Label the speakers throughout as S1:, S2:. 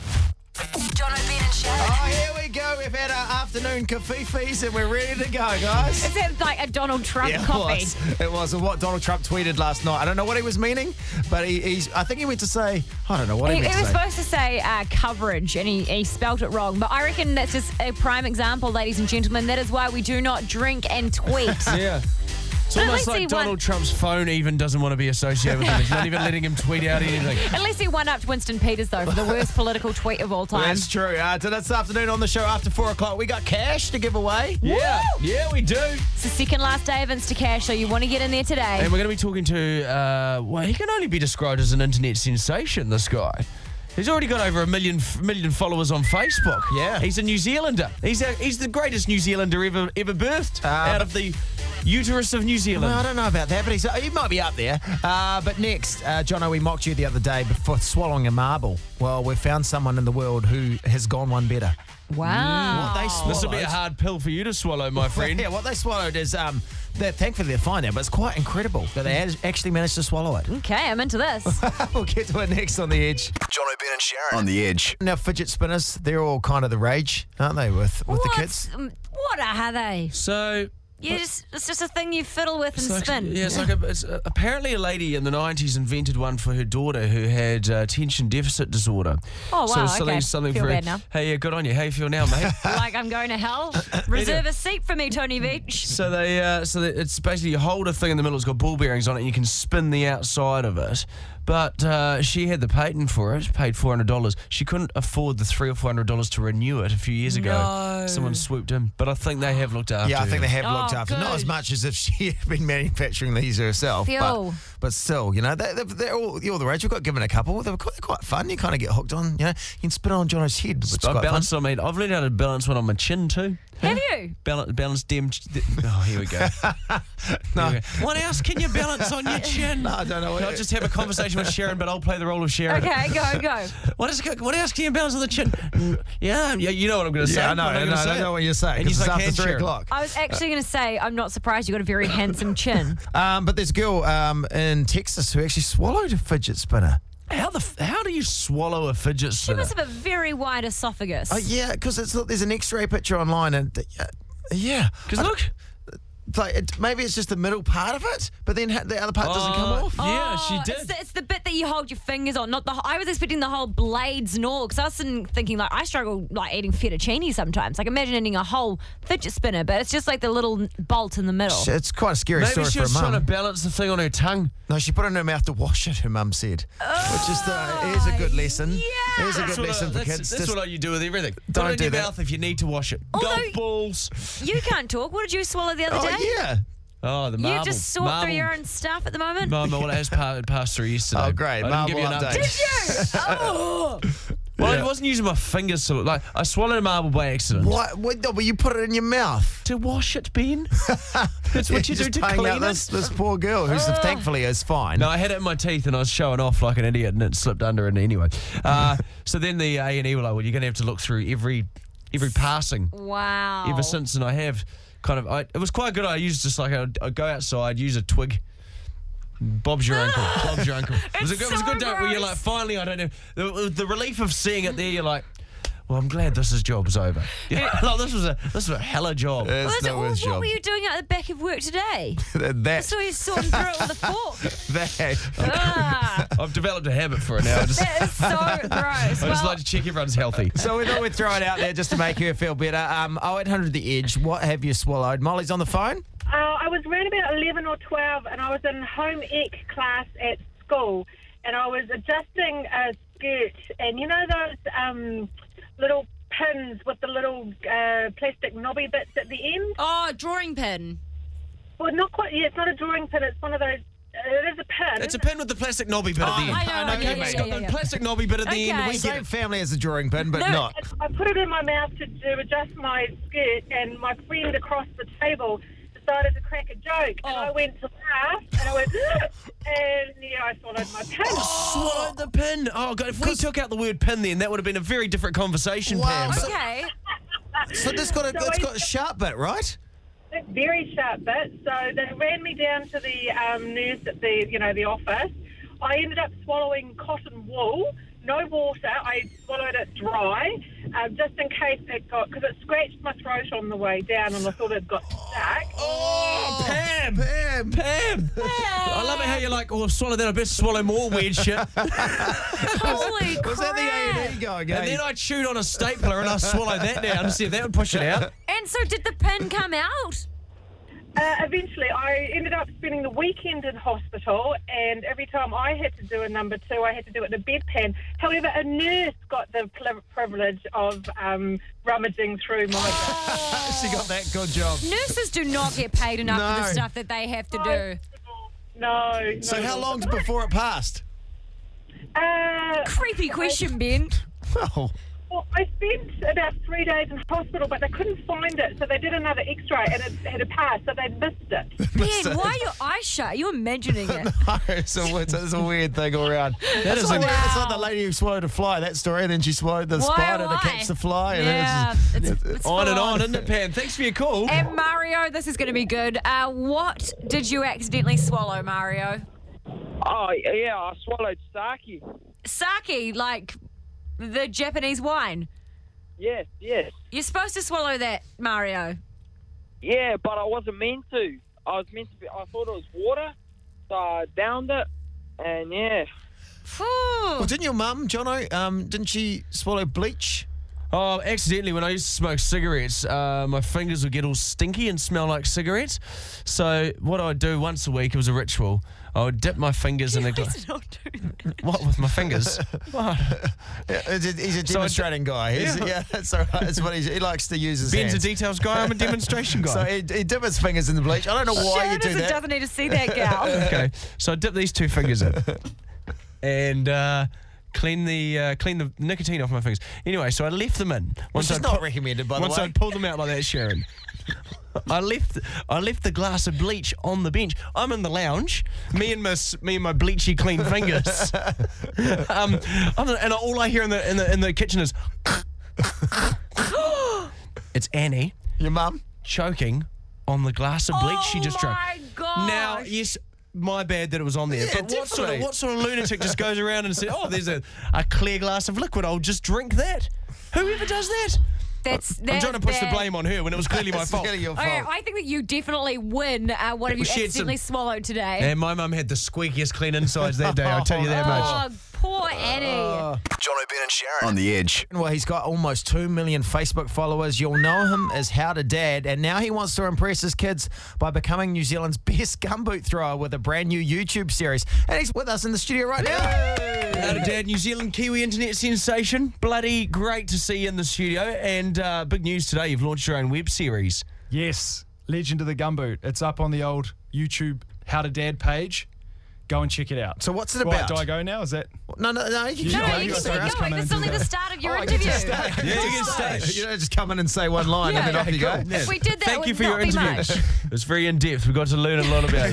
S1: Oh, afternoon kafifis and we're ready to go, guys.
S2: Is it like a Donald Trump
S1: Yeah, it
S2: copy?
S1: was. It was what Donald Trump tweeted last night. I don't know what he was meaning, but he, he's. I think he went to say, I don't know what he,
S2: It,
S1: meant
S2: it
S1: to
S2: was
S1: say.
S2: supposed to say uh, coverage, and he, he spelt it wrong. But I reckon that's just a prime example, ladies and gentlemen. That is why we do not drink and tweet.
S3: Yeah. It's
S2: But at
S3: almost
S2: least he
S3: like
S2: won.
S3: Donald Trump's phone even doesn't want to be associated with him. He's not even letting him tweet out anything.
S2: Unless he one upped Winston Peters, though, for the worst political tweet of all time.
S1: That's true. Uh, so that's afternoon on the show after four o'clock. We got cash to give away.
S3: Yeah, yeah, we do.
S2: It's the second last day of Instacash, so you want to get in there today.
S3: And we're going to be talking to, uh, well, he can only be described as an internet sensation, this guy. He's already got over a million million followers on Facebook.
S1: Yeah.
S3: He's a New Zealander. He's a, he's the greatest New Zealander ever ever birthed
S1: Uh,
S3: out
S1: but-
S3: of the uterus of New Zealand.
S1: Well, I don't know about that, but he's, he might be up there. Uh, but next, uh, Jono, we mocked you the other day for swallowing a marble. Well, we found someone in the world who has gone one better.
S2: wow.
S1: What they swallow-
S3: this will be a hard pill for you to swallow, my friend.
S1: Yeah, what they swallowed is, um, they're, thankfully, they're fine now, but it's quite incredible that they has- actually managed to swallow it.
S2: okay, I'm into this.
S1: we'll get to it next on the edge.
S4: John O'Brien and Sharon on the edge.
S1: Now, fidget spinners, they're all kind of the rage, aren't they, with, with the kids?
S2: What's- um, What are they?
S3: So
S2: You just, it's just a thing you fiddle with and
S3: It's like-
S2: spin.
S3: yeah, it's like a, it's uh apparently a lady in the 90s invented one for her daughter who had uh, attention deficit disorder.
S2: Oh,
S3: So
S2: wow,
S3: it's something,
S2: okay.
S3: something
S2: Feel
S3: very,
S2: bad now.
S3: Hey, yeah, good on you. How you feel now, mate?
S2: like I'm going to hell. Reserve a seat for me, Tony Beach.
S3: so they, uh, so they, it's basically you hold a thing in the middle. It's got ball bearings on it, and you can spin the outside of it. But uh, she had the patent for it, paid four hundred dollars. She couldn't afford the three or four hundred dollars to renew it a few years ago. Someone swooped in, but I think they have looked after.
S1: Yeah, I think
S3: her.
S1: they have looked
S2: Oh,
S1: after. Not as
S2: good.
S1: much as if she had been manufacturing these herself. But,
S2: Phew.
S1: but still, you know, they, they're, they're all you're all the rage. We got given a couple. They're quite, they're quite fun. You kind of get hooked on. You know, you can spit on Jono's head. Which is
S3: I
S1: quite fun.
S3: balance. I mean, I've learned how to balance one on my chin too.
S2: Have you?
S3: Balance, balance dem. ch- th- Oh, here we go. no. What else can you balance on your chin?
S1: I don't know.
S3: I'll just have a conversation with Sharon, but I'll play the role of Sharon.
S2: Okay, go, go.
S3: What, is, what else can you balance on the chin? Mm, Yeah, yeah you know what I'm going to say.
S1: yeah, I know.
S3: I'm
S1: I know,
S3: not gonna
S1: I
S3: say
S1: don't
S3: it.
S1: know what you're saying.
S3: And
S1: 'cause
S3: he's
S1: it's
S3: like,
S1: after
S3: "Hand
S1: three
S3: Sharon."
S1: o'clock.
S2: I was actually going to say, I'm not surprised you got a very handsome chin.
S1: Um, but there's a girl um, in Texas who actually swallowed a fidget spinner.
S3: How the f- how do you swallow a fidget
S2: You
S3: spinner?
S2: must have a very wide esophagus.
S1: Oh yeah, because it's look, there's an X-ray picture online, and uh, yeah,
S3: Because
S1: I-
S3: look,
S1: like it, maybe it's just the middle part of it, but then ha- the other part doesn't come
S3: Oh,
S1: off.
S3: Yeah, she
S2: Oh,
S3: did.
S2: It's the, it's the bit that you hold your fingers on, not the. whole- I was expecting the whole blades and all, because I was sitting thinking like I struggle like eating fettuccine sometimes. Like imagine eating a whole fidget spinner, but it's just like the little bolt in the middle.
S1: It's quite a scary
S3: maybe
S1: story for
S3: she
S1: a
S3: was trying to
S1: mum.
S3: balance the thing on her tongue.
S1: no, she put it in her mouth to wash it. Her mum said, which is the here's a good
S2: Oh,
S1: lesson.
S2: yeah.
S1: here's a good
S3: That's what,
S1: lesson
S3: I,
S1: for
S3: that's,
S1: kids.
S3: that's
S1: Just-
S3: what I- you do with everything.
S1: Don't
S3: Put it in
S1: do
S3: your
S1: that.
S3: mouth if you need to wash it.
S2: Although-
S3: Golf balls.
S2: you can't talk. What did you swallow the other
S1: oh
S2: day?
S1: yeah.
S3: Oh, the
S2: You
S3: marble.
S2: just sort
S3: marble.
S2: through your own stuff at the moment.
S3: No, well, it has pa- passed through yesterday.
S1: Oh, great.
S3: I didn't give you an
S1: Marble
S3: update.
S1: update.
S2: Did you? Oh.
S3: Well,
S1: Yeah.
S3: I wasn't using my fingers to like I swallowed a marble by accident.
S1: What? what no, but you put it in your mouth.
S3: To wash it, Ben. That's what you do
S1: Just
S3: to
S1: paying
S3: clean
S1: out
S3: it.
S1: This, this poor girl, who's thankfully is fine.
S3: No, I had it in my teeth and I was showing off like an idiot, and it slipped under. And anyway, uh, so then the A and E were like, "Well, you're going to have to look through every every passing
S2: Wow.
S3: ever since." And I have kind of. I, it was quite good. I used just like I'd, I'd go outside, use a twig. Bob's your uncle. Bob's your uncle. It was a
S2: It's
S3: good, it was a
S2: so
S3: good day where you're like,
S2: gross.
S3: finally, I don't know. The, the relief of seeing it there, you're like, well, I'm glad this is job's over. Yeah, like, this was a this was a hella job.
S2: Well,
S1: It's
S2: that's-
S1: not
S2: well,
S1: worth
S2: what
S1: job.
S2: were you doing out the back of work today? I
S1: that,
S2: saw you sorting through it with a fork.
S1: that.
S2: Ah,
S3: I've developed a habit for it now. I just,
S2: that is so gross.
S3: I just
S2: Well,
S3: like to check everyone's healthy.
S1: So we thought we'd throw it out there just to make you feel better. Um, 0800 The Edge, what have you swallowed? Molly's on the phone?
S5: Uh, I was around about 11 or 12, and I was in home ec class at school, and I was adjusting a skirt, and you know those um, little pins with the little uh, plastic knobby bits at the end?
S2: oh, drawing pin.
S5: Well, not quite. Yeah, it's not a drawing pin. It's one of those. It is a pin.
S3: It's a pin with the plastic knobby bit at the
S2: Oh,
S3: end.
S2: I know, I know,
S3: okay,
S2: yeah,
S3: it's
S2: yeah,
S3: got
S2: yeah,
S3: the
S2: yeah.
S3: plastic knobby bit at the end.
S2: Okay.
S3: We get
S1: Same
S3: it.
S1: family as the drawing pin, but
S2: No.
S1: not.
S5: I put it in my mouth to, to adjust my skirt, and my friend across the table decided to crack a joke,
S3: Oh.
S5: and I went to laugh, and I went, and yeah, I swallowed my pin.
S3: Swallowed the pin. Oh god! If we took out the word pin, then that would have been a very different conversation,
S1: Wow.
S3: Pam.
S1: So-
S2: Okay.
S1: So this got a,
S5: So
S1: it's
S5: I-
S1: got a sharp bit, right?
S5: a very sharp bit. So they ran me down to the um, nurse at the you know the office. I ended up swallowing cotton wool, no water. I swallowed it dry, um, just in case it got because it scratched my throat on the way down, and I thought it got stuck.
S3: Oh, Pam! Pam! Pam! I love it how you're like, oh, I've swallowed that. I better swallow more weird shit. and
S2: Holy crap.
S1: Was that the E A&E guy again?
S3: then I chewed on a stapler and I swallowed that down to see if that would push it out.
S2: And so did the pin come out?
S5: Uh, eventually, I ended up spending the weekend in hospital, and every time I had to do a number two, I had to do it in a bedpan. However, a nurse got the pl- privilege of um, rummaging through my.
S1: she got that good job.
S2: Nurses do not get paid enough for
S1: No.
S2: the stuff that they have to do.
S5: No. no
S1: So how long before it passed?
S5: Uh,
S2: Creepy question, Ben.
S1: Well,
S5: well, I spent about three days in hospital, but they couldn't find it, so they did another X-ray, and it had a pass, so they missed it.
S2: Ben, why are your eyes shut? Are you imagining it?
S1: it's a, it's, a, it's a weird thing all around. That
S3: is
S1: it's like,
S3: a-
S1: it's like the lady who swallowed a fly, that story, and then she swallowed the
S2: Why,
S1: spider
S2: why?
S1: to catch the fly. and then
S2: Yeah,
S1: it's just-
S2: it's, it's
S3: On
S2: full
S3: and on, isn't it, Pam? Thanks for your call.
S2: And Mario, this is going to be good. Uh, what did you accidentally swallow, Mario?
S6: Oh yeah, I swallowed sake.
S2: Sake, like the Japanese wine.
S6: Yes, yes,
S2: You're supposed to swallow that, Mario.
S6: yeah, but I wasn't meant to. I was meant to be. I thought it was water, so I downed it, and yeah.
S2: Phew.
S1: well, didn't your mum, Jono, um, didn't she swallow bleach?
S3: Oh, accidentally, when I used to smoke cigarettes, uh, my fingers would get all stinky and smell like cigarettes. So, what I would do once a week, it was a ritual. I would dip my fingers in a glass.
S2: Please don't do that.
S3: What, with my fingers? what?
S1: Yeah, He's a, he's a demonstrating guy. He's, yeah.
S3: Yeah.
S1: that's all right. It's what he's, he likes to use his
S3: Ben's a
S1: hands.
S3: details guy, I'm a demonstration guy.
S1: so he, he dip his fingers in the bleach. I don't know why
S2: Sharon
S1: you do
S2: doesn't-
S1: that.
S2: doesn't need to see that gal.
S3: okay, so I dip these two fingers in, and uh, clean the uh, clean the nicotine off my fingers. Anyway, so I left them in. Once
S1: Which is
S3: I
S1: not
S3: pu-
S1: recommended, by the
S3: once
S1: way.
S3: I pulled them out like that, Sharon. I left I left the glass of bleach on the bench. I'm in the lounge. Me and my s- me and my bleachy clean fingers. um, I don't know, and all I hear in the in the in the kitchen is, it's Annie
S1: Your mum?
S3: choking on the glass of bleach she
S2: Oh
S3: just drank.
S2: my gosh.
S3: Now, yes, my bad that it was on there.
S1: Yeah,
S3: but what sort, of,
S1: definitely.
S3: what sort of lunatic just goes around and says, "Oh, there's a, a clear glass of liquid. I'll just drink that." Whoever does that?
S2: That's, that's
S3: I'm trying to push
S2: bad.
S3: the blame on her when it was clearly my
S1: It's
S3: fault.
S1: really your fault.
S2: Okay, I think that you definitely win. Uh, what have you
S3: Well, she had some-
S2: accidentally swallowed today?
S3: And my mum had the squeakiest clean insides that day. I'll tell you that much.
S2: oh, poor Annie.
S3: Uh,
S4: John O'Brien and Sharon on the edge.
S1: Well, he's got almost 2 million Facebook followers. You'll know him as How to Dad, and now he wants to impress his kids by becoming New Zealand's best gumboot thrower with a brand new YouTube series. And he's with us in the studio right now.
S3: Out of dad, New Zealand Kiwi internet sensation. Bloody great to see you in the studio. And uh, big news today, you've launched your own web series.
S7: Yes, Legend of the Gumboot. It's up on the old YouTube How to Dad page. Go and check it out.
S1: So what's it
S7: Right,
S1: about?
S7: do I go now? Is that
S1: No, no, no, you
S7: Yeah,
S2: No,
S1: can't.
S7: you
S2: you
S7: got
S2: can
S7: to
S2: keep
S7: ask
S2: going.
S7: him
S2: This is
S7: to
S2: only
S7: do
S2: the
S7: that.
S2: start of your
S1: Oh, I get
S2: interview.
S1: to stay.
S3: Yeah, you get
S1: Hey,
S3: staged.
S1: You know, just come in and say one line and then
S2: Yeah.
S1: off you go.
S2: If we did that,
S3: Thank
S2: it
S3: you
S2: would
S3: for your
S2: not be
S3: interview.
S2: much.
S3: It was very in depth. We got to learn a lot about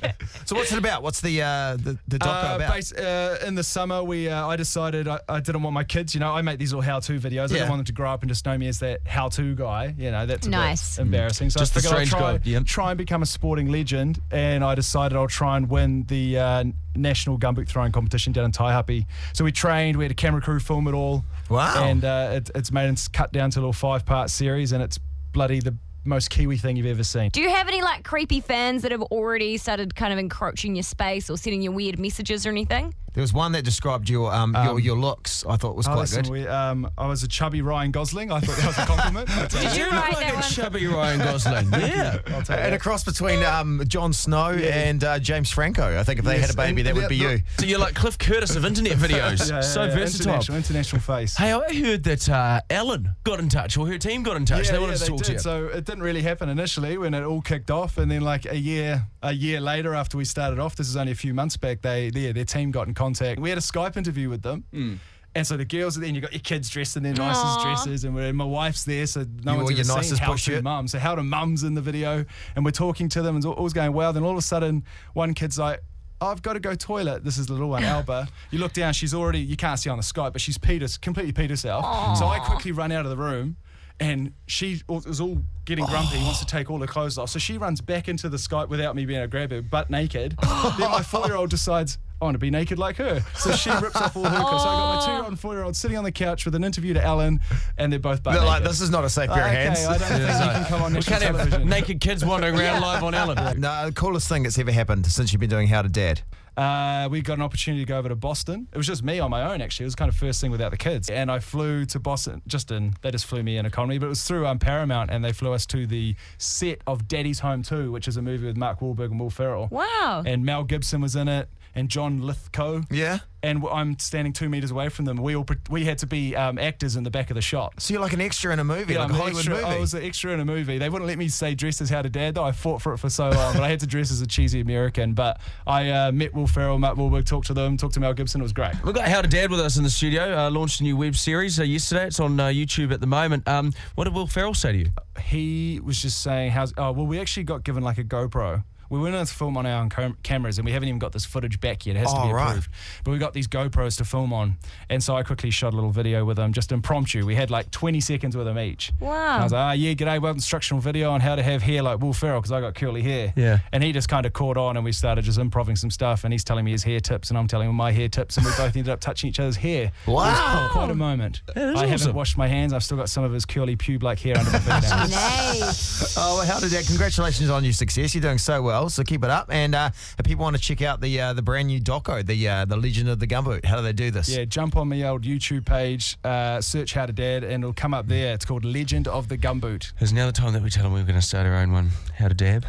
S3: you.
S1: So what's it about? What's the uh, the, the doco
S7: Uh,
S1: about?
S7: bas- uh, in the summer, we uh, I decided I, I didn't want my kids. You know, I make these little how-to videos. I
S1: Yeah.
S7: don't want them to grow up and just know me as that how-to guy. You know, that's a bit
S2: Nice.
S1: Mm.
S7: embarrassing. So
S3: Just the
S7: I figured I'll
S3: strange
S7: try,
S3: guy, yeah.
S7: try and become a sporting legend. And I decided I'll try and win the uh, national gumboot throwing competition down in Taihapi. So we trained. We had a camera crew film it all.
S1: Wow.
S7: And uh, it, it's made it's cut down to a little five-part series, and it's bloody the most Kiwi thing you've ever seen.
S2: Do you have any like creepy fans that have already started kind of encroaching your space or sending you weird messages or anything?
S1: there was one that described your um, your, your looks. I thought was
S7: Oh,
S1: quite
S7: listen,
S1: good.
S7: we, um, I was a chubby Ryan Gosling. I thought that was a compliment. uh, That's
S2: Did you
S3: look
S2: write
S3: like
S2: that
S3: a
S2: one?
S3: chubby Ryan Gosling. yeah.
S7: I'll take
S1: And a
S7: that.
S1: cross between um, Jon Snow and uh, James Franco. I think if they
S7: Yes,
S1: had a baby,
S7: and-
S1: that
S7: and
S1: would be
S7: the-
S1: you.
S3: So you're like Cliff Curtis of internet videos.
S7: Yeah, yeah,
S3: so
S7: yeah, International,
S3: versatile.
S7: international face.
S3: Hey, I heard that uh, Ellen got in touch, or her team got in touch. they wanted to talk to
S7: did.
S3: you.
S7: So it didn't really happen initially when it all kicked off, and then like a year, a year later after we started off, this is only a few months back. They, their, their team got in contact. We had a Skype interview with them.
S3: Hmm.
S7: And so the girls are there, and you got your kids dressed in their nicest
S2: Aw.
S7: dresses, and, we're, and my wife's there, so no
S1: You wore
S7: one's
S1: your
S7: ever seen
S1: nicest
S7: how
S1: bush
S7: to
S1: shirt.
S7: mum. So how to mum's in the video, and we're talking to them, and it's all's going well. Then all of a sudden, one kid's like. I've got to go toilet. This is the little one, Alba. You look down, she's already, you can't see on the Skype, but she's peed, us- completely peed herself. So I quickly run out of the room and she was all getting grumpy, wants to take all her clothes off. So she runs back into the Skype without me being able to grab her, butt naked. then my four year old decides, I want to be naked like her. So she rips off all her clothes. So I got my two year old and four year old sitting on the couch with an interview to Alan, and they're both butt
S1: They're like,
S7: naked.
S1: this is not a safe pair of
S7: Okay,
S1: hands.
S7: I don't think you can come on
S3: We
S7: national
S3: can't have
S7: television.
S3: naked kids wandering around live on Ellen.
S1: No, the coolest thing that's ever happened since you've been doing How to Dad.
S7: Uh, we got an opportunity to go over to Boston. It was just me on my own, actually. It was kind of first thing without the kids. And I flew to Boston, just in, they just flew me in economy, but it was through um, Paramount, and they flew us to the set of Daddy's Home 2, which is a movie with Mark Wahlberg and Will Ferrell.
S2: Wow.
S7: And Mel Gibson was in it, and John Lithgow.
S1: Yeah.
S7: And w- I'm standing two meters away from them. We all pre- we had to be um, actors in the back of the shot.
S1: So you're like an extra in a movie, like
S7: I'm
S1: a
S7: an
S1: Hollywood
S7: extra-
S1: movie.
S7: I was an extra in a movie. They wouldn't let me say dress as How to Dad, though. I fought for it for so long, but I had to dress as a cheesy American. But I uh, met Will Ferrell, Matt Wahlberg, talked to them, talked to Mel Gibson. It was great.
S3: We've got How to Dad with us in the studio. Uh, launched a new web series uh, yesterday. It's on uh, YouTube at the moment. Um, what did Will Ferrell say to you?
S7: He was just saying, "How's oh well, we actually got given like a GoPro." We went in to film on our own cam- cameras, and we haven't even got this footage back yet. It has to
S1: Oh,
S7: be
S1: right.
S7: approved. But we got these GoPros to film on, and so I quickly shot a little video with them, just impromptu. We had like 20 seconds with them each.
S2: Wow.
S7: And I was like, "Ah, yeah, g'day, welcome to instructional video on how to have hair like Will Ferrell, because I got curly hair."
S3: Yeah.
S7: And he just kind of caught on, and we started just improving some stuff. And he's telling me his hair tips, and I'm telling him my hair tips, and we both ended up touching each other's hair. It was
S1: Wow.
S7: quite a moment.
S3: is
S7: I
S3: awesome.
S7: haven't washed my hands. I've still got some of his curly pube-like hair under my fingernails.
S2: Nice.
S1: Oh, well, how did that? Congratulations on your success. You're doing so well, so keep it up. And uh, if people want to check out the uh, the brand new doco, the uh, the Legend of the Gumboot, how do they do this?
S7: Yeah, jump on my old YouTube page, uh, search How to Dad, and it'll come up there. It's called Legend of the Gumboot.
S3: There's now the time that we tell him we were going to start our own one. How to Dab.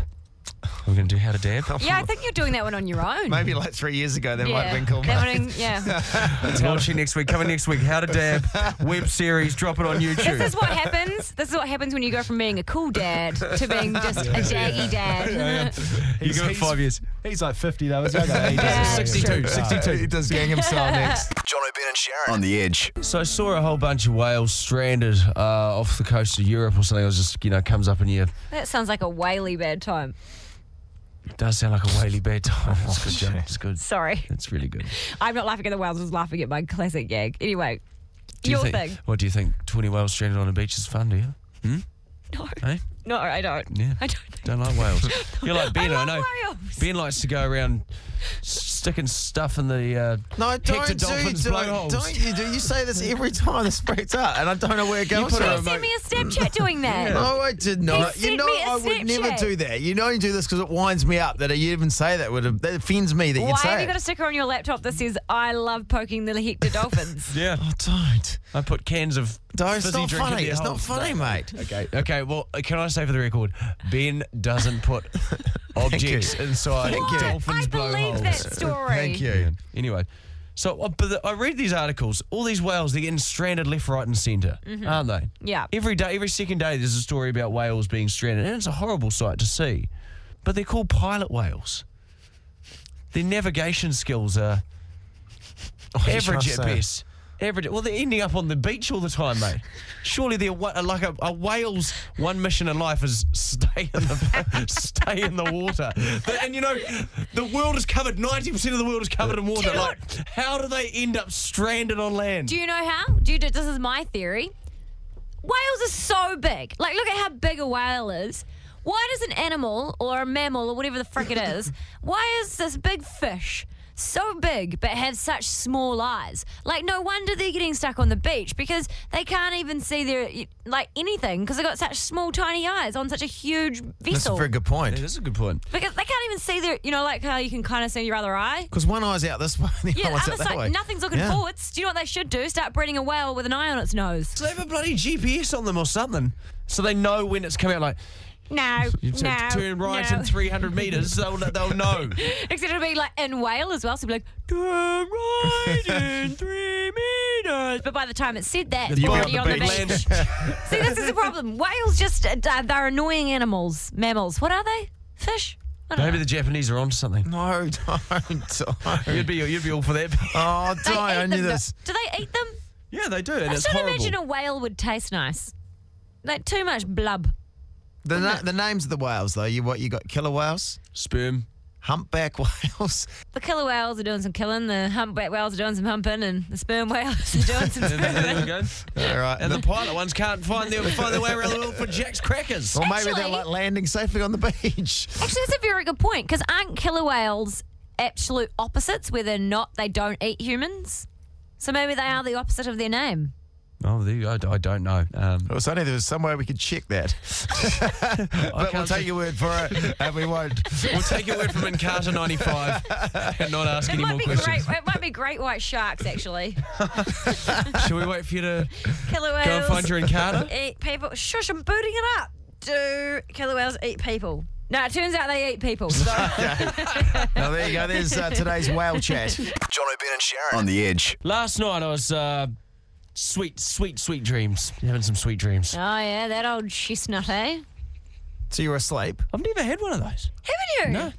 S3: We're going to do How to Dab.
S2: Yeah, I think you're doing that one on your own.
S1: Maybe like three years ago, that might have
S2: Yeah.
S1: been cool.
S2: That
S1: mate.
S2: one, yeah.
S3: It's launching next week. Coming next week. How to Dab web series. Drop it on YouTube.
S2: This is what happens. This is what happens when you go from being a cool dad to being just a jaggy dad.
S3: you give it five years.
S7: He's like 50 though. He's younger. He
S2: Yeah,
S7: does.
S3: 62, 62.
S1: He does gang himself next.
S4: John O'Brien and Sharon on the edge.
S3: So I saw a whole bunch of whales stranded uh, off the coast of Europe or something. It was just, you know, comes up in your
S2: That sounds like a whaley bad time.
S3: It does sound like a whaley bed time. It's good, Joe. It's good.
S2: Sorry.
S3: It's really good.
S2: I'm not laughing at the whales, I was laughing at my classic gag. Anyway,
S3: Do you
S2: your
S3: think,
S2: thing.
S3: What do you think? 20 whales stranded on a beach is fun, do you? Hmm?
S2: No,
S3: Hey?
S2: no, I don't.
S3: Yeah.
S2: I don't think.
S3: Don't like whales. You're like Ben, I,
S2: love
S3: know.
S2: whales.
S3: Ben likes to go around s- sticking stuff in the uh,
S1: No,
S3: Hector
S1: don't do,
S3: Dolphin's
S1: do it.
S3: blowholes.
S1: Don't you do? You say this every time this breaks up, and I don't know where it goes.
S3: put
S1: from.
S3: a
S2: He sent me a Snapchat doing that.
S1: No, I did not.
S2: He sent
S1: You know,
S2: me a
S1: I would never
S2: Snapchat.
S1: do that. You know, you do this because it winds me up that you even say that. Would that offends me that
S2: Why
S1: you'd say
S2: have you
S1: it.
S2: got a sticker on your laptop that says "I love poking the Hector dolphins"?
S3: yeah.
S1: Oh, don't.
S3: I put cans of
S1: Don't.
S3: fizzy
S1: It's not
S3: drink in
S1: funny.
S3: their
S1: It's not
S3: holes.
S1: funny, mate.
S3: Okay. Okay. Well, uh, can I say for the record, Ben doesn't put objects inside
S1: Thank you.
S3: dolphins'
S2: I believe
S3: blowholes.
S2: that story.
S1: Thank you.
S3: Anyway, so uh, but the, I read these articles. All these whales, they're getting stranded left, right, and center are aren't they?
S2: Yeah.
S3: Every day, every second day, there's a story about whales being stranded, and it's a horrible sight to see. But they're called pilot whales. Their navigation skills are
S1: Oh, you
S3: average
S1: must
S3: at
S1: say.
S3: best. Average. Well, they're ending up on the beach all the time, mate. Surely they're wa- like a, a whale's one mission in life is stay in the stay in the water. But- and you know, the world is covered. Ninety percent of the world is covered in water. Like, how do they end up stranded on land?
S2: Do you know how? Do you, this is my theory. Whales are so big. Like, look at how big a whale is. Why does an animal or a mammal or whatever the frick it is, why is this big fish so big but have such small eyes? Like, no wonder they're getting stuck on the beach because they can't even see their like anything because they've got such small, tiny eyes on such a huge
S1: That's a
S2: vessel.
S1: very good point.
S3: That's a good point.
S2: because they can't even see their, you know, like how you can kind of see your other eye.
S1: Because one eye's out this way, and the
S2: Yeah,
S1: other one's
S2: the
S1: out
S2: other
S1: that
S2: side,
S1: way.
S2: nothing's looking
S1: Yeah.
S2: forwards. Do you know what they should do? Start breeding a whale with an eye on its nose.
S3: So they have a bloody GPS on them or something, so they know when it's coming out. Like,
S2: No,
S3: you said
S2: no,
S3: turn right
S2: no.
S3: in three hundred meters. They'll they'll know.
S2: Except it'll be like in Whale as well, so it'll be like, turn right in three meters. But by the time it said that, it's
S3: You'll
S2: already
S3: be on the beach.
S2: See, this is the problem. Whales just, uh, they're annoying animals, mammals. What are they? Fish? I don't
S3: Maybe the Japanese are onto something.
S1: No, don't. don't.
S3: You'd be you'd be all for that.
S1: Oh, don't.
S2: know. They eat
S1: I knew
S2: them, though.
S1: this.
S2: Do they eat them?
S3: yeah, they do, and
S2: I
S3: it's
S2: just don't
S3: horrible.
S2: imagine a whale would taste nice. Like too much blub.
S1: The, na- the names of the whales, though. You what? You got killer whales,
S3: Sperm.
S1: humpback whales.
S2: The killer whales are doing some killing, the humpback whales are doing some humping, and the sperm whales are doing some
S3: There we
S2: sperming.
S3: go.
S1: All right.
S3: And the pilot ones can't find their find their way around the world for Jack's crackers.
S1: or maybe they're
S2: Actually-
S1: like landing safely on the beach.
S2: Actually, that's a very good point because aren't killer whales absolute opposites, whether or not they don't eat humans. So maybe they are the opposite of their name.
S3: Oh, there you go. I don't know. Um,
S1: Well, if only there was some way we could check that. but we'll
S3: can't
S1: take
S3: see-
S1: your word for it, and we won't.
S3: we'll take your word from Encarta 95 and not ask
S2: It
S3: any
S2: might
S3: more
S2: be
S3: questions.
S2: great. It might be great white sharks actually.
S3: Shall we wait for you to
S2: Killer whales
S3: go and find your Encarta?
S2: eat people. Shush! I'm booting it up. Do killer whales eat people? No, it turns out they eat people. Oh, So
S1: Well, there you go. There's uh, today's whale chat.
S4: John O'Brien and Sharon on the edge.
S3: Last night I was uh, sweet, sweet, sweet dreams. Having some sweet dreams.
S2: Oh yeah, that old chestnut, eh?
S1: So you're asleep.
S3: I've never had one of those.
S2: Haven't you?
S3: No. Oh,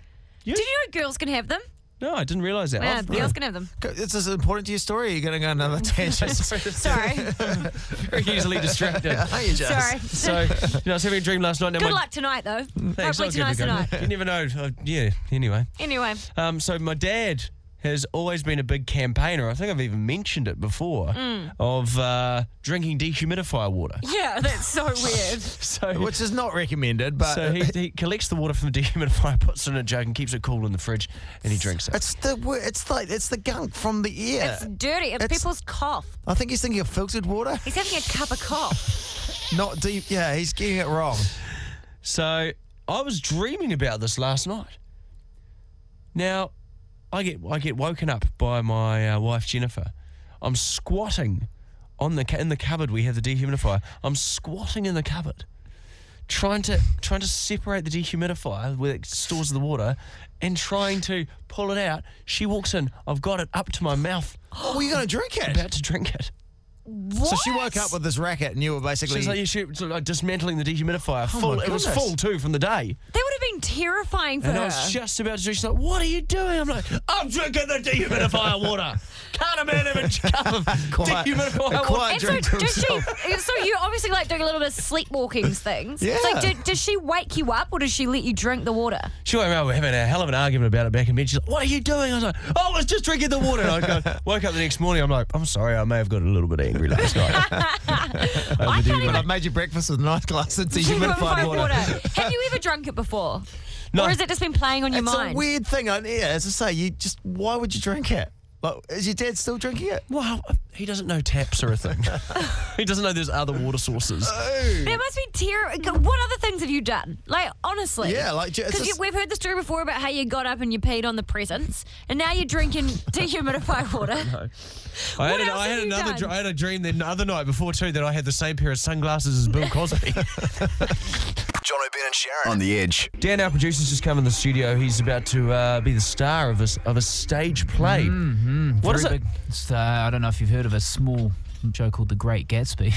S3: You?
S2: Did you know girls can have them?
S3: No, I didn't realise that.
S2: Yeah,
S3: I've-
S2: girls can have them.
S1: Co- This is important to your story. Or are you going to go another tangent?
S2: Sorry,
S3: very easily distracted.
S1: Are you just?
S2: sorry.
S3: So, you know, I was having a dream last night. and
S2: Good
S3: my,
S2: luck tonight, though.
S3: Thanks,
S2: Hopefully
S3: I'll give it
S2: tonight's
S3: a go.
S2: tonight.
S3: You never know. Uh, yeah, anyway.
S2: Anyway,
S3: Um, so my dad has always been a big campaigner. I think I've even mentioned it before of uh, drinking dehumidifier water.
S2: yeah, that's so weird.
S3: So,
S1: Which is not recommended, but
S3: so he, he collects the water from the dehumidifier, puts it in a jug, and keeps it cool in the fridge, and he drinks it.
S1: it's the wor- it's like it's the gunk from the air.
S2: It's dirty. It's,
S1: It's-
S2: people's cough.
S1: I think he's thinking of filtered water,
S2: He's having a cup of cough.
S1: not deep. Yeah, he's getting it wrong.
S3: So I was dreaming about this last night. Now, I get I get woken up by my uh, wife Jennifer. I'm squatting on the cu- in the cupboard. We have the dehumidifier. I'm squatting in the cupboard, trying to trying to separate the dehumidifier where it stores the water, and trying to pull it out. She walks in. I've got it up to my mouth,
S1: Oh, well, you're going to drink it.
S3: about to drink it.
S2: What?
S1: So she woke up with this racket, and you were basically.
S3: She's like, yeah, she, like dismantling the dehumidifier. full, it was
S1: goodness.
S3: full too from the day.
S2: That would have been terrifying for
S3: And I
S2: her.
S3: was just about to drink. She's like, "What are you doing?" I'm like, "I'm drinking the dehumidifier water. Can't a man have a cup of
S1: Quiet- a
S3: dehumidifier water?"
S1: quiet
S2: and so,
S1: drink to
S2: does
S1: himself.
S2: she, so you obviously like doing a little bit of sleepwalking things.
S1: Yeah.
S2: So do, does she wake you up or does she let you drink the water?
S3: She went around we're having a hell of an argument about it back in bed. She's like, "What are you doing?" I was like, "Oh, I was just drinking the water." And I go, woke up the next morning. I'm like, "I'm sorry, I may have got a little bit angry last night."
S2: I can't
S1: But
S2: even
S1: I've made you breakfast with a nice glass of
S2: drink
S1: dehumidified
S2: humidified
S1: water.
S2: water. Have you ever drunk it before?
S3: No.
S2: Or has it just been playing on your
S1: It's
S2: mind?
S1: a weird thing. I, yeah, as I say, you just why would you drink it? Like, is your dad still drinking it?
S3: Wow, he doesn't know taps or a thing. he doesn't know there's other water sources. Oh.
S2: There must be terrible. What other things have you done? Like honestly,
S1: Yeah, like, ju- it's
S2: because
S1: just-
S2: we've heard the story before about how you got up and you peed on the presents, and now you're drinking dehumidified water.
S3: I had,
S2: What
S3: an-
S2: else
S3: I
S2: have
S3: had
S2: you
S3: another.
S2: done?
S3: dr- I had a dream the other night before too that I had the same pair of sunglasses as Bill Cosby.
S4: John O'Brien and Sharon on the edge.
S3: Dan, our producer's just come in the studio. He's about to uh, be the star of a, of a stage play. What is it?
S8: It's, uh, I don't know if you've heard of a small show called The Great Gatsby.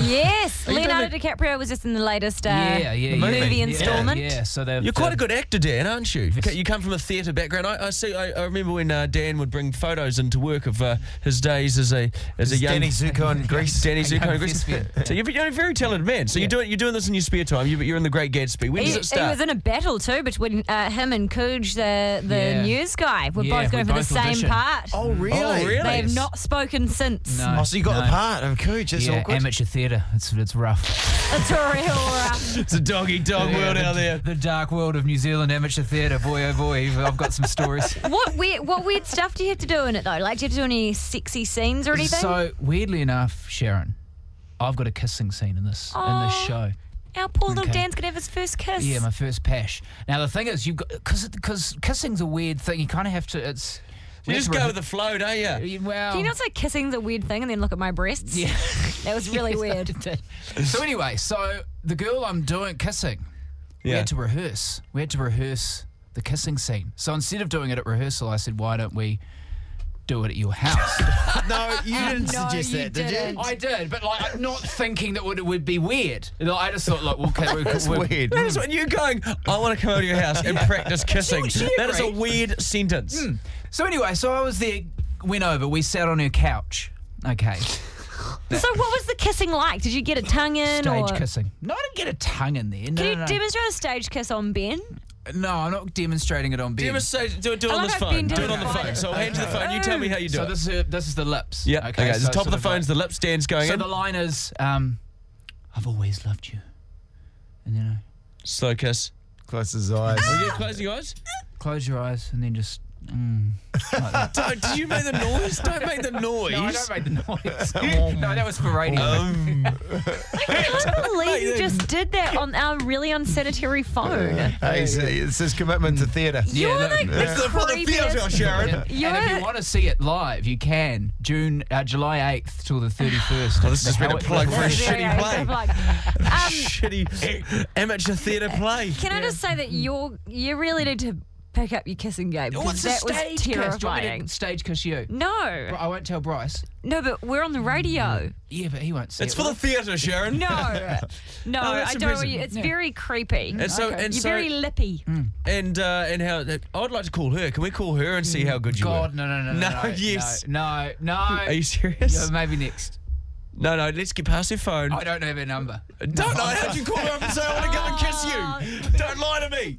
S2: yes,
S3: you
S2: Leonardo DiCaprio was just in the latest uh,
S8: yeah, yeah, yeah.
S2: movie
S8: yeah,
S2: installment.
S8: Yeah, so they've.
S3: You're quite a
S8: they've-
S3: good actor, Dan, aren't you? You ca- You come from a theatre background. I, I see. I, I remember when uh, Dan would bring photos into work of uh, his days as a as a young
S1: Danny Zuko in Greece.
S3: Danny
S8: young
S3: Zuko. in Greece.
S8: thespian.
S3: So you're, you're a very talented man. So you're
S8: Yeah.
S3: doing you're doing this in your spare time. You, you're in the Great Gatsby. When
S2: He,
S3: does it
S2: he
S3: start?
S2: was in a battle too between uh, him and Cooge, the the
S8: Yeah.
S2: news guy. We're
S8: Yeah,
S2: both going
S8: we
S2: for the
S8: both
S2: same
S8: auditioned.
S2: part.
S1: Oh really?
S3: Oh, really?
S2: they have not spoken since.
S8: No,
S1: Oh, so you got
S8: no.
S1: the part of Cooch. That's
S8: Yeah,
S1: awkward.
S8: amateur theatre. It's it's rough.
S2: It's a real rough.
S3: it's a doggy dog
S8: Yeah,
S3: world
S8: the-
S3: out there.
S8: The dark world of New Zealand amateur theatre. Boy, oh boy, I've got some stories.
S2: What weird, what weird stuff do you have to do in it though? Like, do you have to do any sexy scenes or anything?
S8: So weirdly enough, Sharon, I've got a kissing scene in this in this
S2: Aw.
S8: show.
S2: Our poor little
S8: Okay.
S2: Dan's gonna have his first kiss.
S8: Yeah, my first pash. Now the thing is, you've got because because kissing's a weird thing. You kind of have to. It's
S3: You
S8: we have
S3: just
S8: to
S3: go
S8: rehe-
S3: with the flow, don't you?
S8: Yeah, Well,
S2: Can you not say kissing's a weird thing and then look at my breasts?
S8: Yeah.
S2: That was really weird.
S8: so anyway, so the girl I'm doing kissing, we
S3: Yeah.
S8: had to rehearse. We had to rehearse the kissing scene. So instead of doing it at rehearsal, I said, "Why don't we do it at your house?"
S1: no, you didn't
S2: No,
S1: suggest
S2: you
S1: that, did
S2: didn't.
S1: you? Oh,
S8: I did, but like not thinking that would, it would be weird. You know, I just thought, like, well, okay, we're,
S1: That's
S8: we're-
S1: weird.
S3: That is when you going, I want to come over to your house and practice kissing.
S8: she
S3: that is a
S8: agreed.
S3: weird sentence.
S8: So anyway, so I was there, went over, we sat on her couch. Okay,
S2: so what was the kissing like? Did you get a tongue in
S8: stage
S2: or
S8: kissing. No, I didn't get a tongue in there. No,
S2: Can you
S8: no, no.
S2: demonstrate a stage kiss on Ben?
S8: no, I'm not demonstrating it on
S3: Do,
S8: Ben.
S3: you ever say, do, it- do it
S2: I
S3: on
S2: like
S3: this
S2: how
S3: phone.
S2: Ben
S3: Do it
S2: didn't
S3: on the
S2: find
S3: phone.
S2: it.
S3: So hand to the phone. You tell me how you do
S8: so
S3: it.
S8: this is her, this is the lips.
S3: yeah. Okay. the
S8: so
S3: top of the
S8: sort
S3: phone's
S8: like-
S3: the lip stands going
S8: So
S3: in.
S8: the line is, um, I've always loved you. And then I
S3: Slow kiss.
S1: Close his eyes.
S3: Are you closing your eyes?
S8: close your eyes and then just
S3: Don't, did you make the noise? Don't make the noise.
S8: No, I don't make the noise. Oh. no, that was for radio.
S2: I can't believe you just did that on our really unsanitary phone.
S1: Hey, it's, it's his commitment to theatre.
S2: You're
S8: Yeah,
S2: like
S8: no,
S2: the creepiest.
S1: Sharon.
S8: Yeah.
S2: You're-
S8: And if you want to see it live, you can June, uh, July eighth till the thirty first. Well,
S3: Oh, this has been a plug for a shitty
S2: Yeah,
S3: play.
S2: plug. Um,
S3: Shitty amateur theatre play.
S2: can I just say that
S8: Mm.
S2: you're you really need to pick up your kissing game because
S8: What's Oh, a
S2: that was
S8: stage kiss? Do you want me to
S2: terrifying.
S8: stage kiss you?
S2: No,
S8: I won't tell Bryce.
S2: no, but we're on the radio.
S8: Yeah, but he won't see
S3: It's
S8: it.
S3: for the theatre, Sharon.
S2: No, no,
S3: that's
S2: I don't.
S3: impressive.
S2: It's very creepy.
S8: Mm,
S3: And so, and
S2: You're
S3: so,
S2: very lippy.
S3: and uh, and how I would like to call her. Can we call her and see how good you
S8: God,
S3: were?
S8: no, no, no, no,
S3: No,
S8: no,
S3: yes.
S8: no, no.
S3: Are you
S8: Yeah,
S3: serious?
S8: maybe next.
S3: No, no. Let's get past your phone.
S8: I don't have her number.
S3: Don't know. How'd you call her up and say, I want to go and kiss you? Don't lie to me.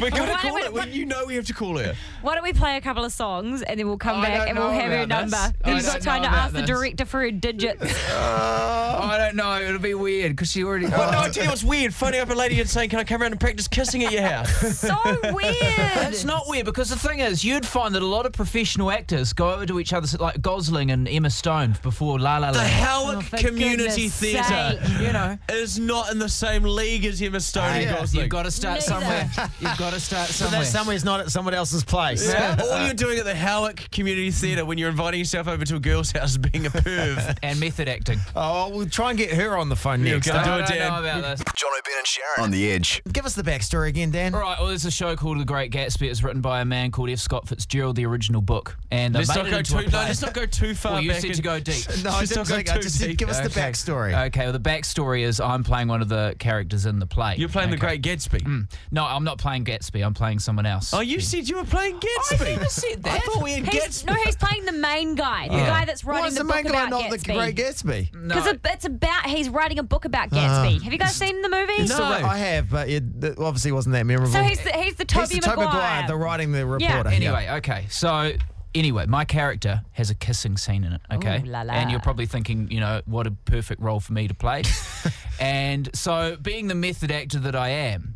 S3: We're going to
S2: Why
S3: call
S2: would-
S3: her. Well, you know we have to call her.
S2: Why don't we play a couple of songs and then we'll come
S8: I
S2: back
S8: don't
S2: and we'll
S8: know
S2: have her
S8: about this.
S2: number.
S8: I
S2: Then you've got
S8: don't
S2: time
S8: know
S2: to
S8: about
S2: ask the
S8: this.
S2: director for her digits.
S3: Oh.
S8: I don't know. It'll be weird because she already.
S3: Well, no, I tell you what's weird. Phoning up a lady and saying, can I come around and practice kissing at your house?
S2: so weird.
S8: It's not weird because the thing is, you'd find that a lot of professional actors go over to each other, like Gosling and Emma Stone before La La
S3: The
S8: Land.
S2: Oh,
S3: Howick
S2: for
S3: Community
S2: goodness
S3: Theatre
S2: sake.
S8: You know,
S3: is not in the same league as Emma Stone and Gosling.
S8: uh, you've got to start
S2: Neither.
S8: somewhere. You've got to start
S1: So
S8: somewhere.
S1: that somewhere's not at someone else's place.
S3: Yeah. All you're doing at the Howick Community Theatre when you're inviting yourself over to a girl's house is being a perv.
S8: and method acting.
S1: Oh, we'll try and get her on the phone next.
S3: go.
S1: huh?
S3: do it,
S8: I
S3: Dan.
S8: don't know about this.
S4: Jono, Ben, and Sharon on the edge.
S1: Give us the backstory again, Dan.
S8: All right, well, there's a show called The Great Gatsby. It's written by a man called F. Scott Fitzgerald, the original book. And uh,
S3: Let's not, go too, no,
S8: a play.
S3: let's not go too far
S8: Well, you
S3: back
S8: said
S3: in-
S8: to go deep.
S1: No, I
S3: She's
S1: didn't
S3: not
S1: think-
S3: got
S1: I just
S3: too
S1: said give us
S3: deep.
S1: the backstory.
S8: Okay, well, the backstory is I'm playing one of the characters in the play.
S3: You're playing
S8: Okay. Mm.
S3: The Great Gatsby.
S8: No, I'm not playing Gatsby. I'm playing someone else.
S3: Oh, you said you were playing Gatsby.
S2: Oh,
S8: I never said that.
S3: I thought we had
S2: He's,
S3: Gatsby.
S2: no, he's playing the main guy, the guy that's writing
S1: Why is
S2: the,
S1: the
S2: book
S1: main guy
S2: about
S1: not the Great
S2: Gatsby.
S1: Gatsby? Ah.
S2: Because it's about he's writing a book about Gatsby. Have you guys seen the movie?
S3: No.
S1: I have, but it it obviously wasn't that memorable.
S2: So he's the, he's the Toby
S1: He's the
S2: Maguire.
S1: Maguire, the writing the reporter.
S8: Anyway, okay. So, anyway, my character has a kissing scene in it, okay?
S2: Ooh, la la.
S8: And you're probably thinking, you know, what a perfect role for me to play. and so, being the method actor that I am,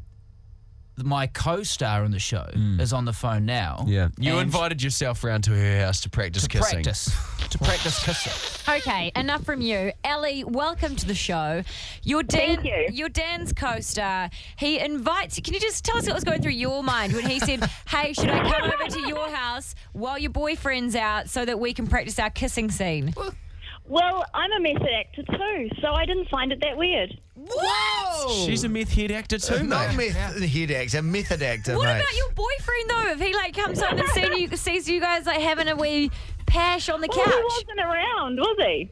S8: my co star on the show
S2: Mm.
S8: is on the phone now.
S3: Yeah. You
S8: And
S3: invited yourself round to her house to practice
S8: to
S3: kissing.
S8: practice. To practice kissing.
S2: Okay, enough from you, Ellie. Welcome to the show. Your Dan,
S5: Thank you.
S2: your Dan's co-star. He invites. you. Can you just tell us what was going through your mind when he said, "Hey, should I come over to your house while your boyfriend's out so that we can practice our kissing scene?"
S9: Well, I'm a method actor too, so I didn't find it that weird.
S2: Whoa!
S3: Oh. She's a meth head actor too,
S1: no
S3: mate.
S1: method head actor, method actor,
S2: What
S1: mate.
S2: about your boyfriend though? If he like comes home and seen you, sees you guys like having a wee pash on the
S9: Well, he
S2: couch.
S9: wasn't around, was he?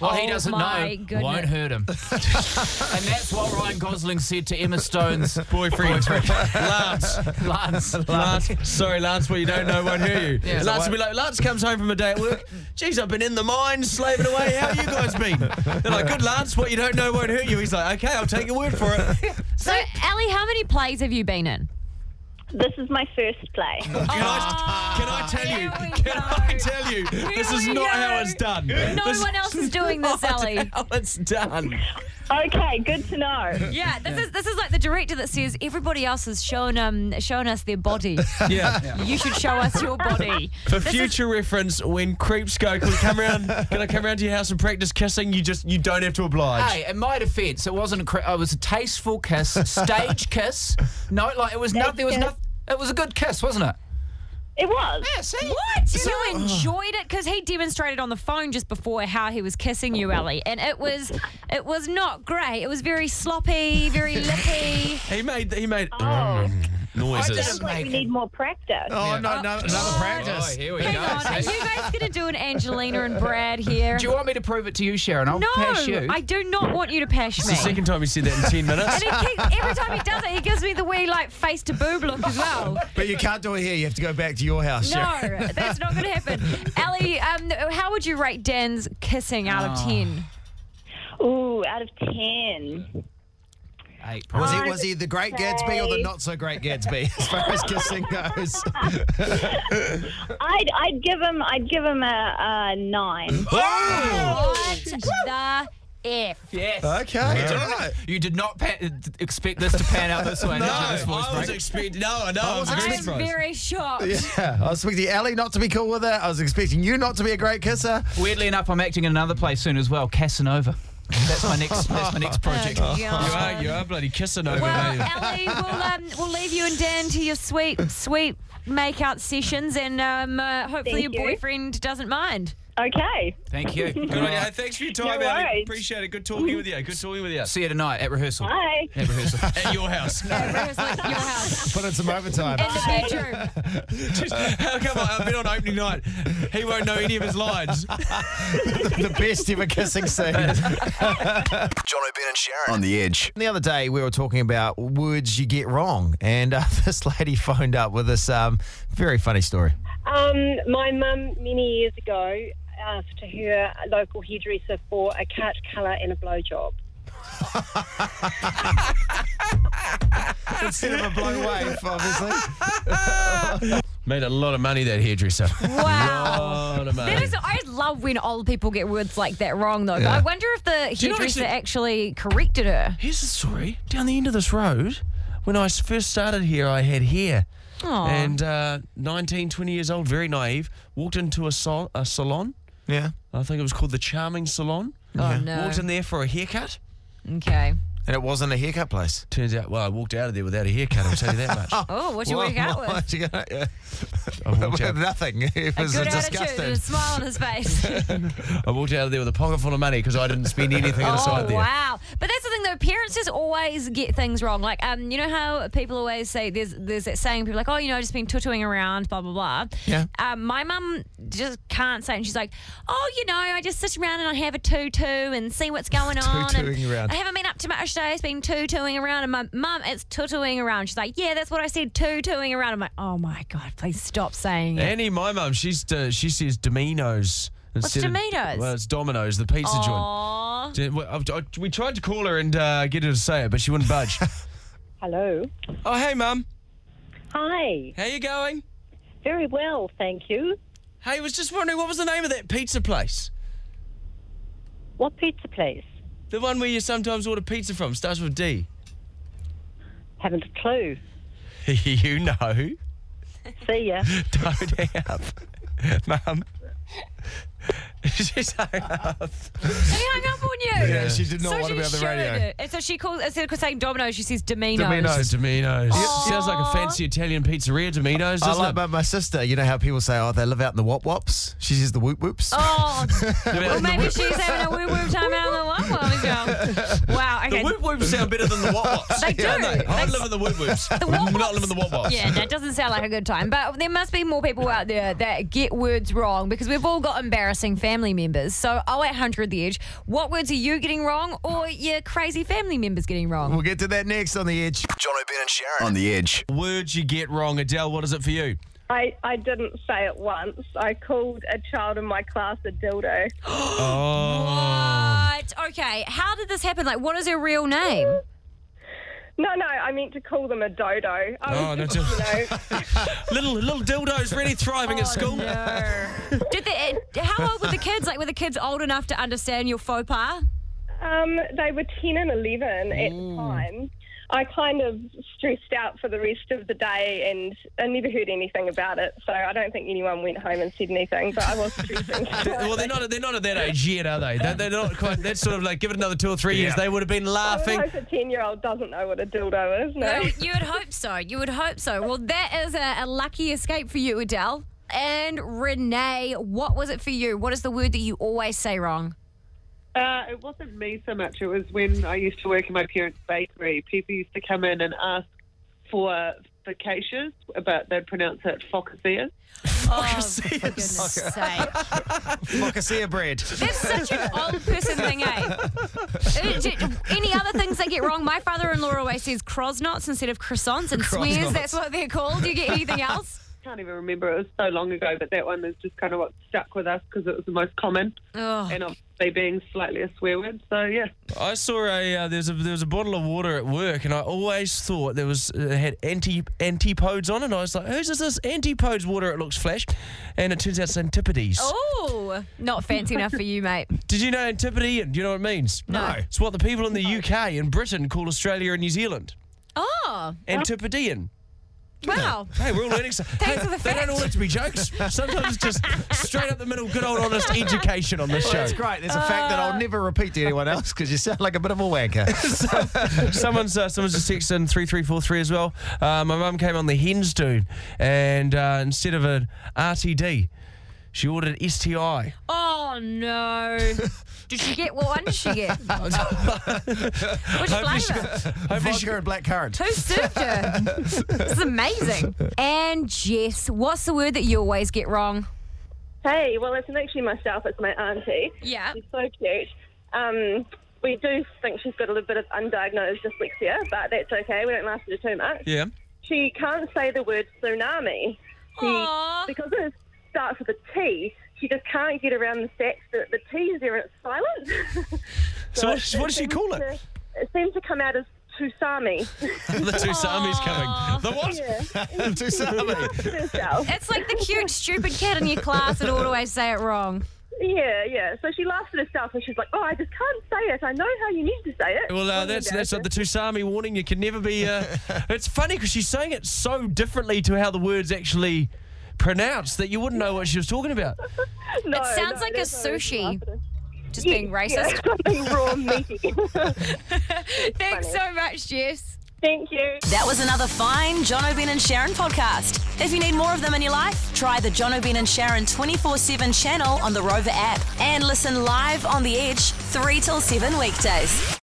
S8: Well, he
S2: Oh
S8: doesn't
S2: my
S8: know.
S2: goodness.
S8: Won't hurt him. and that's what Ryan Gosling said to Emma Stone's
S3: Boyfriend. Lance.
S8: Lance.
S3: Lance. Sorry, Lance, what you don't know won't hear you.
S8: Yeah, so
S3: Lance will
S8: what-
S3: be like, Lance comes home from a day at work. Geez, I've been in the mines slaving away. How you guys been? They're like, good, Lance, what you don't know won't hurt you. He's like, okay, I'll take your word for it.
S2: So, Ellie, how many plays have you been in?
S9: This is my first play.
S3: Can I, can I tell
S2: Here
S3: you?
S2: we
S3: Can I
S2: go.
S3: tell you? This is
S2: we
S3: not
S2: go.
S3: how it's done.
S2: No
S3: this
S2: one else is doing this, Ellie.
S3: how it's done.
S9: okay, good to know.
S2: Yeah, this is this is like the director that says everybody else has shown um shown us their body.
S3: Yeah.
S2: you should show us your body.
S3: For future reference, when creeps go, can, we come around, can I come around to your house and practice kissing? You just you don't have to oblige.
S8: Hey, in my defence, it wasn't. A cra- it was a tasteful kiss, stage kiss. No, like it was nothing. There was
S9: kiss.
S8: nothing. It was a good kiss, wasn't it?
S9: It was.
S2: What? You, enjoyed it because he demonstrated on the phone just before how he was kissing you, Ellie, and it was it was not great. It was very sloppy, very lippy.
S3: He made he made
S9: Oh,
S3: noises.
S9: sounds like we need more practice.
S1: Oh no,
S2: Uh,
S1: no, another practice.
S8: Oh, here we
S2: Hang on, are you guys gonna do an Angelina and Brad here?
S8: Do you want me to prove it to you, Sharon? I'll
S2: no,
S8: pass you.
S2: I do not want you to pash
S3: It's the
S2: me.
S3: second time you said that in ten minutes.
S2: And he keeps, every time he does it, he gives me the wee like face to boob look as well.
S1: But you can't do it here. You have to go back to your house. Sharon.
S2: No, that's not going to happen. Ellie, um, how would you rate Dan's kissing out
S8: Ah.
S2: of 10?
S9: Ooh, out of 10.
S8: Eight,
S1: Was
S8: probably.
S1: he was he the great Gatsby or the not so great Gatsby as far as kissing goes?
S9: I'd, I'd give him, I'd give him a, a 9.
S2: What the F.
S8: Yes.
S10: Okay, all right.
S8: You did not pa- expect this to pan out this way.
S10: No,
S8: did you, this voice
S10: I was
S8: break?
S10: expecting. No, no, I was
S2: I'm
S10: expecting.
S2: very shocked.
S1: Yeah, I was expecting Ellie not to be cool with it. I was expecting you not to be a great kisser.
S8: Weirdly enough, I'm acting in another play soon as well, Casanova. That's my next. That's my next project.
S2: Oh,
S3: You
S2: God.
S3: are, you are bloody kissing over
S2: Well,
S3: me.
S2: Ellie, we'll, um, we'll leave you and Dan to your sweet, sweet makeout sessions, and um, uh, hopefully
S9: Thank
S2: your
S9: you.
S2: boyfriend doesn't mind.
S9: Okay.
S8: Thank you. Good
S3: Good on you.
S8: night.
S3: Hey, Thanks for your time,
S9: No
S3: Ellie.
S9: worries.
S3: Appreciate it. Good talking with you. Good talking with you.
S8: See you tonight at rehearsal.
S9: Bye.
S8: At rehearsal.
S3: At your house.
S2: Whereas, like, your house
S1: Put in some overtime.
S2: in the bedroom.
S3: Just- How Oh, come I- I've been on opening night? He won't know any of his lines.
S1: the best ever kissing scene.
S4: John O'Brien and Sharon on the edge.
S1: The other day, we were talking about words you get wrong, and uh, this lady phoned up with this um, very funny story.
S5: Um, my mum, many years ago, asked her local hairdresser for a cut, colour, and a blowjob.
S1: Instead of a blow wave, obviously.
S3: Made a lot of money, that hairdresser.
S2: Wow.
S3: lot of
S2: That
S3: money.
S2: is, I love when old people get words like that wrong, though. But I wonder if the hairdresser
S3: you know
S2: actually corrected her.
S3: Here's the story. Down the end of this road, when I s- first started here, I had hair.
S2: Aw.
S3: And uh, 19, 20 years old, very naive, walked into a, sal- a salon.
S1: Yeah.
S3: I think it was called the Charming Salon.
S2: Oh, no.
S3: Walked in there for a haircut.
S2: Oh, Okay.
S1: And it wasn't a haircut place.
S3: Turns out, well, I walked out of there without a haircut. I'll tell you that much.
S2: Oh, what you work out with?
S1: you got? Yeah.
S3: I walked out.
S1: Nothing. It
S2: A
S1: was
S2: good attitude
S1: disgusting.
S2: and a smile on his face.
S3: I walked out of there with a pocket full of money because I didn't spend anything inside
S2: oh,
S3: there.
S2: wow. But that's the thing, though. Parents just always get things wrong. Like, um, you know how people always say, there's there's that saying, people are like, oh, you know, I've just been tutoing around, blah, blah, blah.
S1: Yeah.
S2: Um, my mum just can't say it. And she's like, oh, you know, I just sit around and I have a tutu and see what's going on.
S1: Tutuing
S2: and
S1: around.
S2: I haven't been up to much today. It's been tutuing around. And my mum, it's tutuing around. She's like, yeah, that's what I said, tutuing around. I'm like, oh, my God, please stop saying it.
S3: Annie, my mum, she's uh, she says Domino's. instead of-
S2: Domino's?
S3: well, it's Domino's, the pizza joint.
S2: Aw.
S3: Do- well, I've- I- We tried to call her and uh, get her to say it, but she wouldn't budge.
S9: Hello.
S3: oh, hey, mum.
S9: Hi.
S3: How you going?
S9: Very well, thank you.
S3: Hey, I was just wondering what was the name of that pizza place?
S9: What pizza place?
S3: The one where you sometimes order pizza from starts with D.
S9: Haven't a clue.
S3: you know.
S9: See ya.
S3: Don't hang up, mum. She's hung up.
S2: He hung up on you.
S1: Yeah, she did not
S2: so
S1: want to
S2: she
S1: be on the
S2: should.
S1: radio.
S2: And so she calls instead of saying Domino's, she says Domino's.
S3: Domino's. Domino's.
S2: Aw.
S3: Sounds like a fancy Italian pizzeria, Domino's,
S1: I
S3: doesn't
S1: like
S3: it?
S1: my, my sister. You know how people say, oh, they live out in the wop wops? She says the whoop whoops.
S2: Oh, well, maybe she's having a woo woo time out on the one one girl. Wow, okay.
S3: The whoop whoops sound better than the wop wops.
S2: They do.
S3: I
S2: They-
S3: live in the whoop whoops. The
S2: wop
S3: Not
S2: wops-
S3: live in the wop wops.
S2: Yeah, that doesn't sound like a good time. But there must be more people out there that get words wrong because we've all got embarrassing family members. So 0800 The Edge, what words are you getting wrong or your crazy family members getting wrong?
S1: We'll get to that next on the edge.
S4: John O'Brien and Sharon on the edge.
S3: Words you get wrong, Adele. What is it for you?
S5: I, I didn't say it once. I called a child in my class a dildo.
S2: What? Okay, how did this happen? Like, what is her real name?
S5: No, no, I meant to call them a dodo. I was
S3: Oh, no,
S5: just, you know,
S3: Little little dildos really thriving at school.
S2: Did the, eh, how old were the kids? Like, were the kids old enough to understand your faux pas?
S5: um, they were 10 and 11 at the time. I kind of stressed out for the rest of the day and I never heard anything about it. So I don't think anyone went home and said anything, but I was stressing.
S3: Well, they're not they're not at that age yet, are they? They're, they're not quite. That's sort of like give it another two or three years. They would have been
S5: I
S3: laughing.
S5: hope a 10 year old doesn't know what a dildo is. No.
S2: Well, you would hope so. You would hope so. Well, that is a, a lucky escape for you, Adele. And Renee, what was it for you? What is the word that you always say wrong?
S11: Uh, it wasn't me so much. It was when I used to work in my parents' bakery. People used to come in and ask for focaccias, but they'd pronounce it focaccias.
S2: oh, for goodness sake.
S1: Focaccia bread.
S2: That's such an old person thing, eh? Uh, do- Any other things they get wrong? My father in law always says croissants instead of croissants and swears
S1: Croissants.
S2: that's what they're called. Do you get anything else?
S11: can't even remember. It was so long ago, but that one is just kind of what stuck with us because it was the most common, and obviously being slightly a swear word. So yeah.
S3: I saw a uh, there's a there was a bottle of water at work, and I always thought there was it had anti antipodes on it. And I was like, whose is this antipodes water? It looks flash, and it turns out it's Antipodes.
S2: Oh, not fancy enough for you, mate.
S3: Did you know Antipodean? Do you know what it means?
S2: No.
S3: It's what the people in the UK and Britain call Australia and New Zealand.
S2: Oh,
S3: Antipodean.
S2: wow.
S3: Hey, we're all learning stuff.
S2: Thanks for the
S3: they don't
S2: fact.
S3: all have to be jokes. Sometimes it's just straight up the middle, good old honest education on this
S1: Well,
S3: show.
S1: That's great. There's a fact that I'll never repeat to anyone else because you sound like a bit of a wanker.
S3: someone's uh, someone's just texted in three three four three as well. Uh, my mum came on the hens dude, and uh, instead of an RTD, she ordered STI.
S2: Oh no! Did she get what one? Did she get? Which flavour?
S1: Hopefully you're a black currant.
S2: Who served her? This is amazing. And Jess, what's the word that you always get wrong?
S12: Hey, well, it's not actually myself, it's my auntie.
S2: Yeah.
S12: She's so cute. Um, we do think she's got a little bit of undiagnosed dyslexia, but that's okay. We don't laugh at her too much.
S3: Yeah.
S12: She can't say the word tsunami. She, because it starts with a T, she just can't get around the fact that the T is there and it's silent.
S3: So what- what does she
S12: seems
S3: call it?
S12: to- it seems to come out as Tusami.
S3: the two samis coming. The what?
S12: Yeah.
S3: two sami.
S2: It's like the cute, stupid kid in your class that would always say it wrong.
S12: Yeah, yeah. So she laughs at herself and she's like, "Oh, I just can't say it. I know how you need to say it."
S3: Well, uh, that's that's not the Tusami warning. You can never be. Uh, it's funny because she's saying it so differently to how the words actually pronounced that you wouldn't know what she was talking about.
S2: it sounds
S12: no,
S2: like a
S12: that's not
S2: sushi. Just being
S12: Yeah,
S2: racist.
S12: something raw meaty.
S2: Thanks so much, Jess.
S12: Thank you.
S13: That was another fine John O'Ben and Sharon podcast. If you need more of them in your life, try the John O'Ben and Sharon 24 7 channel on the Rover app and listen live on The Edge 3 till 7 weekdays.